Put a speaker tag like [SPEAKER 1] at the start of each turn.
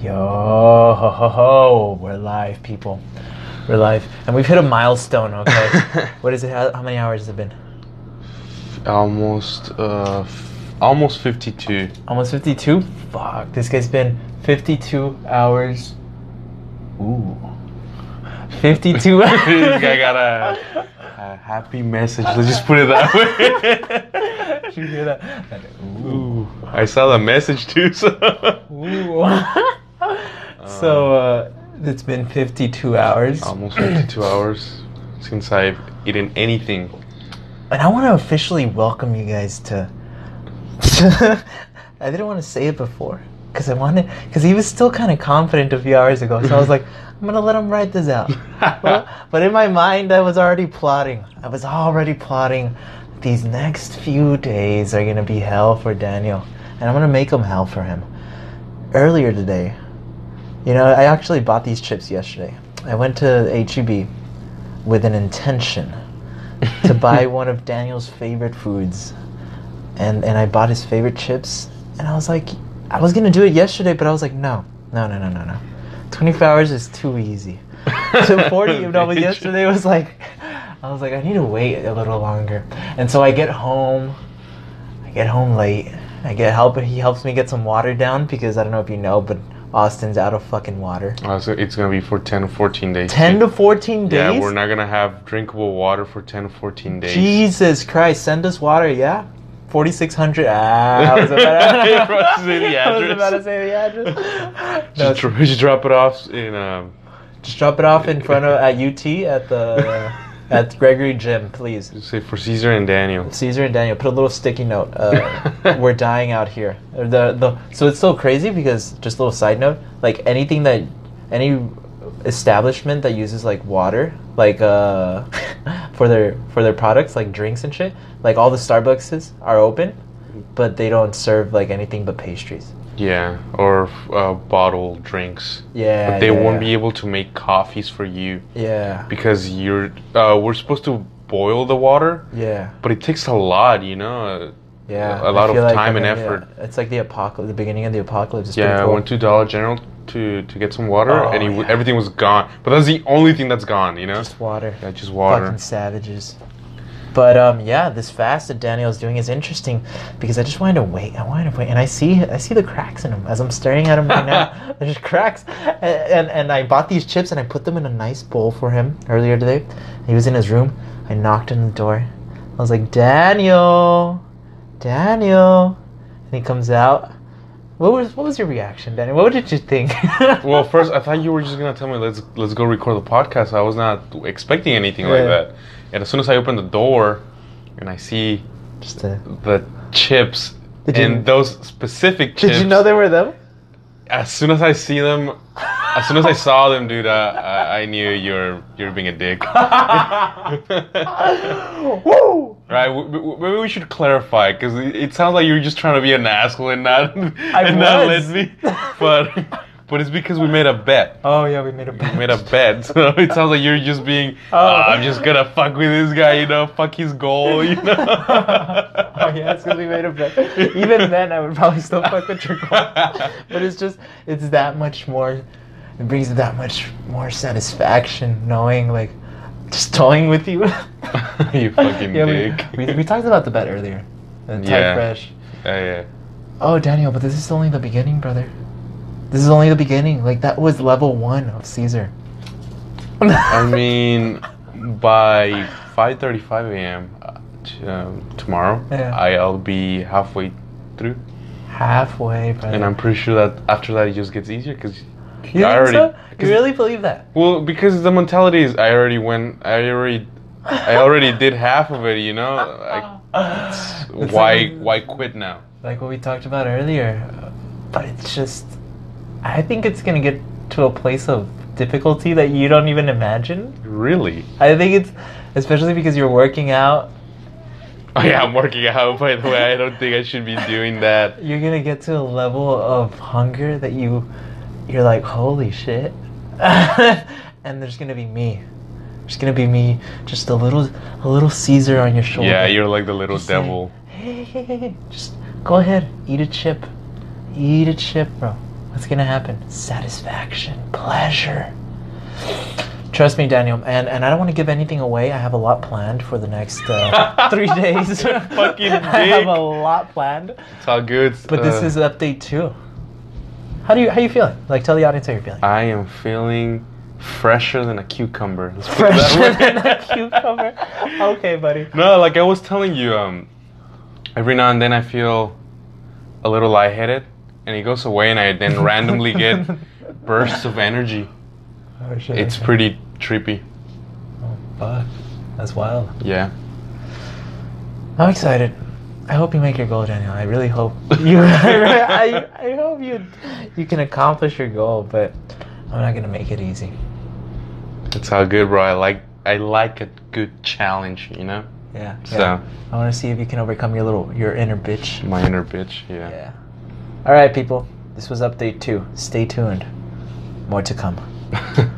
[SPEAKER 1] Yo ho ho ho! We're live, people. We're live, and we've hit a milestone. Okay, what is it? How, how many hours has it been?
[SPEAKER 2] Almost, uh, f- almost 52.
[SPEAKER 1] Almost fifty-two. Fuck, this guy's been fifty-two hours. Ooh, fifty-two.
[SPEAKER 2] this guy got a, a happy message. Let's just put it that way.
[SPEAKER 1] Did you hear that? That- Ooh.
[SPEAKER 2] Ooh, I saw the message too. So.
[SPEAKER 1] Ooh. so uh, it's been fifty-two hours.
[SPEAKER 2] Almost 52 hours since I've eaten anything.
[SPEAKER 1] And I want to officially welcome you guys to. I didn't want to say it before because I wanted because he was still kind of confident a few hours ago, so I was like, I'm gonna let him write this out. Well, but in my mind, I was already plotting. I was already plotting. These next few days are gonna be hell for Daniel, and I'm gonna make them hell for him. Earlier today, you know, I actually bought these chips yesterday. I went to HEB with an intention to buy one of Daniel's favorite foods, and and I bought his favorite chips, and I was like, I was gonna do it yesterday, but I was like, no, no, no, no, no, no, twenty four hours is too easy. So forty, you know, but yesterday was like, I was like, I need to wait a little longer, and so I get home, I get home late, I get help. He helps me get some water down because I don't know if you know, but Austin's out of fucking water.
[SPEAKER 2] Uh, so it's gonna be for 10 or 14 days.
[SPEAKER 1] Ten to fourteen days.
[SPEAKER 2] Yeah, we're not gonna have drinkable water for 10 or 14 days.
[SPEAKER 1] Jesus Christ, send us water, yeah? 4600. Ah, I was about
[SPEAKER 2] You're about to say the
[SPEAKER 1] I was about to
[SPEAKER 2] address.
[SPEAKER 1] say the address. No,
[SPEAKER 2] Just, dro- just drop it off in um,
[SPEAKER 1] just drop it off in front of at UT at the at Gregory Gym, please.
[SPEAKER 2] say for Caesar and Daniel.
[SPEAKER 1] Caesar and Daniel, put a little sticky note. Uh, we're dying out here. Or The, the, so it's so crazy because, just a little side note, like anything that, any establishment that uses like water, like uh, for their for their products, like drinks and shit, like all the Starbuckses are open, but they don't serve like anything but pastries.
[SPEAKER 2] Yeah, or uh, bottled drinks.
[SPEAKER 1] Yeah.
[SPEAKER 2] But they
[SPEAKER 1] yeah,
[SPEAKER 2] won't be
[SPEAKER 1] yeah.
[SPEAKER 2] able to make coffees for you
[SPEAKER 1] Yeah.
[SPEAKER 2] because you're. Uh, we're supposed to boil the water,
[SPEAKER 1] Yeah.
[SPEAKER 2] but it takes a lot, you know.
[SPEAKER 1] Yeah.
[SPEAKER 2] A
[SPEAKER 1] I
[SPEAKER 2] lot of
[SPEAKER 1] feel like,
[SPEAKER 2] time and
[SPEAKER 1] yeah,
[SPEAKER 2] effort.
[SPEAKER 1] It's like the apocalypse, the beginning of the apocalypse. It's pretty
[SPEAKER 2] Yeah, I
[SPEAKER 1] cool.
[SPEAKER 2] went to Dollar General to to get some water,
[SPEAKER 1] Oh,
[SPEAKER 2] and it, w
[SPEAKER 1] yeah.
[SPEAKER 2] everything was gone. But that's the only thing that's gone, you know.
[SPEAKER 1] Just water.
[SPEAKER 2] yeah, just water.
[SPEAKER 1] Fucking savages. But um, yeah, this fast that Daniel's doing is interesting because I just wanted to wait. I wanted to wait, and I see I see the cracks in him as I'm staring at him right now. There's just cracks, and, and and I bought these chips and I put them in a nice bowl for him earlier today. He was in his room. I knocked on the door. I was like, Daniel, Daniel, and he comes out. What was what was your reaction, Daniel? What did you think?
[SPEAKER 2] Well, first I thought you were just gonna tell me let's let's go record the podcast. I was not expecting anything like
[SPEAKER 1] Yeah.
[SPEAKER 2] that. And as soon as I opened the door, and I see
[SPEAKER 1] just uh,
[SPEAKER 2] the chips
[SPEAKER 1] Did you-
[SPEAKER 2] and those specific chips.
[SPEAKER 1] did you know they were them?
[SPEAKER 2] As soon as I see them, as soon as I saw them, dude, uh, I, I knew you're you're being a dick.
[SPEAKER 1] Woo!
[SPEAKER 2] Right? W- w- maybe we should clarify because it, it sounds like you're just trying to be an asshole and not and not let
[SPEAKER 1] was.
[SPEAKER 2] me. But but it's because we made a bet.
[SPEAKER 1] Oh yeah, we made a bet.
[SPEAKER 2] We made a bet, so it sounds like you're just being.
[SPEAKER 1] Oh.
[SPEAKER 2] "Ah, I'm just gonna fuck with this guy, you know. Fuck his goal, you know.
[SPEAKER 1] oh yeah, it's because we made a bet. Even then, I would probably still fuck with your goal. But it's just, it's that much more. It brings that much more satisfaction knowing, like, just toying with you.
[SPEAKER 2] you fucking
[SPEAKER 1] yeah,
[SPEAKER 2] dick.
[SPEAKER 1] We, we, we talked about the bet earlier. The Thai
[SPEAKER 2] Yeah.
[SPEAKER 1] fresh.
[SPEAKER 2] Yeah, yeah.
[SPEAKER 1] Oh, Daniel, but this is only the beginning, brother. This is only the beginning. Like that was level one of Caesar.
[SPEAKER 2] I mean, by 5:35 a.m. uh, t- um, tomorrow,
[SPEAKER 1] Yeah.
[SPEAKER 2] I, I'll be halfway through,
[SPEAKER 1] halfway, brother.
[SPEAKER 2] and I'm pretty sure that after that it just gets easier because
[SPEAKER 1] you
[SPEAKER 2] I
[SPEAKER 1] think
[SPEAKER 2] already.
[SPEAKER 1] so? You
[SPEAKER 2] 'cause-
[SPEAKER 1] really believe that?
[SPEAKER 2] Well, because the mentality is I already went. I already. I already did half of it, you know. Like,
[SPEAKER 1] It's
[SPEAKER 2] why?
[SPEAKER 1] like-
[SPEAKER 2] Why quit now?
[SPEAKER 1] like what we talked about earlier. uh, But it's just, I think it's gonna get to a place of difficulty that you don't even imagine.
[SPEAKER 2] Really?
[SPEAKER 1] I think it's, especially because you're working out,
[SPEAKER 2] Oh yeah, I'm working out. By the way, I don't think I should be doing that.
[SPEAKER 1] you're gonna get to a level of hunger that you, you're like, holy shit. and there's gonna be me. There's gonna be me, just a little, a little Caesar on your shoulder.
[SPEAKER 2] Yeah, you're like the little
[SPEAKER 1] Just say,
[SPEAKER 2] devil.
[SPEAKER 1] Hey, hey, hey, hey, just go ahead, eat a chip, eat a chip, bro. What's gonna happen? Satisfaction, pleasure. Trust me, Daniel, and, and I don't want to give anything away. I have a lot planned for the next uh, three days.
[SPEAKER 2] Fucking
[SPEAKER 1] I have a
[SPEAKER 2] dick.
[SPEAKER 1] lot planned,
[SPEAKER 2] It's all good.
[SPEAKER 1] but this
[SPEAKER 2] uh,
[SPEAKER 1] is update two. How do you how you feeling? Like, tell the audience how you're feeling.
[SPEAKER 2] I am feeling fresher than a cucumber. Let's put it that
[SPEAKER 1] Fresher
[SPEAKER 2] way.
[SPEAKER 1] than a cucumber. Okay, buddy.
[SPEAKER 2] No, like I was telling you, um, every now and then I feel a little lightheaded, and it goes away, and I then randomly get bursts of energy.
[SPEAKER 1] Oh, shit,
[SPEAKER 2] It's
[SPEAKER 1] okay.
[SPEAKER 2] pretty trippy.
[SPEAKER 1] Oh, fuck. That's wild.
[SPEAKER 2] Yeah.
[SPEAKER 1] I'm excited. I hope you make your goal, Daniel. I really hope you. I, I hope you you can accomplish your goal, but I'm not gonna make it easy.
[SPEAKER 2] It's all good, bro. I like I like a good challenge, you know.
[SPEAKER 1] Yeah. yeah.
[SPEAKER 2] So
[SPEAKER 1] I want to see if you can overcome your little your inner bitch.
[SPEAKER 2] my inner bitch. Yeah.
[SPEAKER 1] Yeah. All right, people. This was update two. Stay tuned. More to come.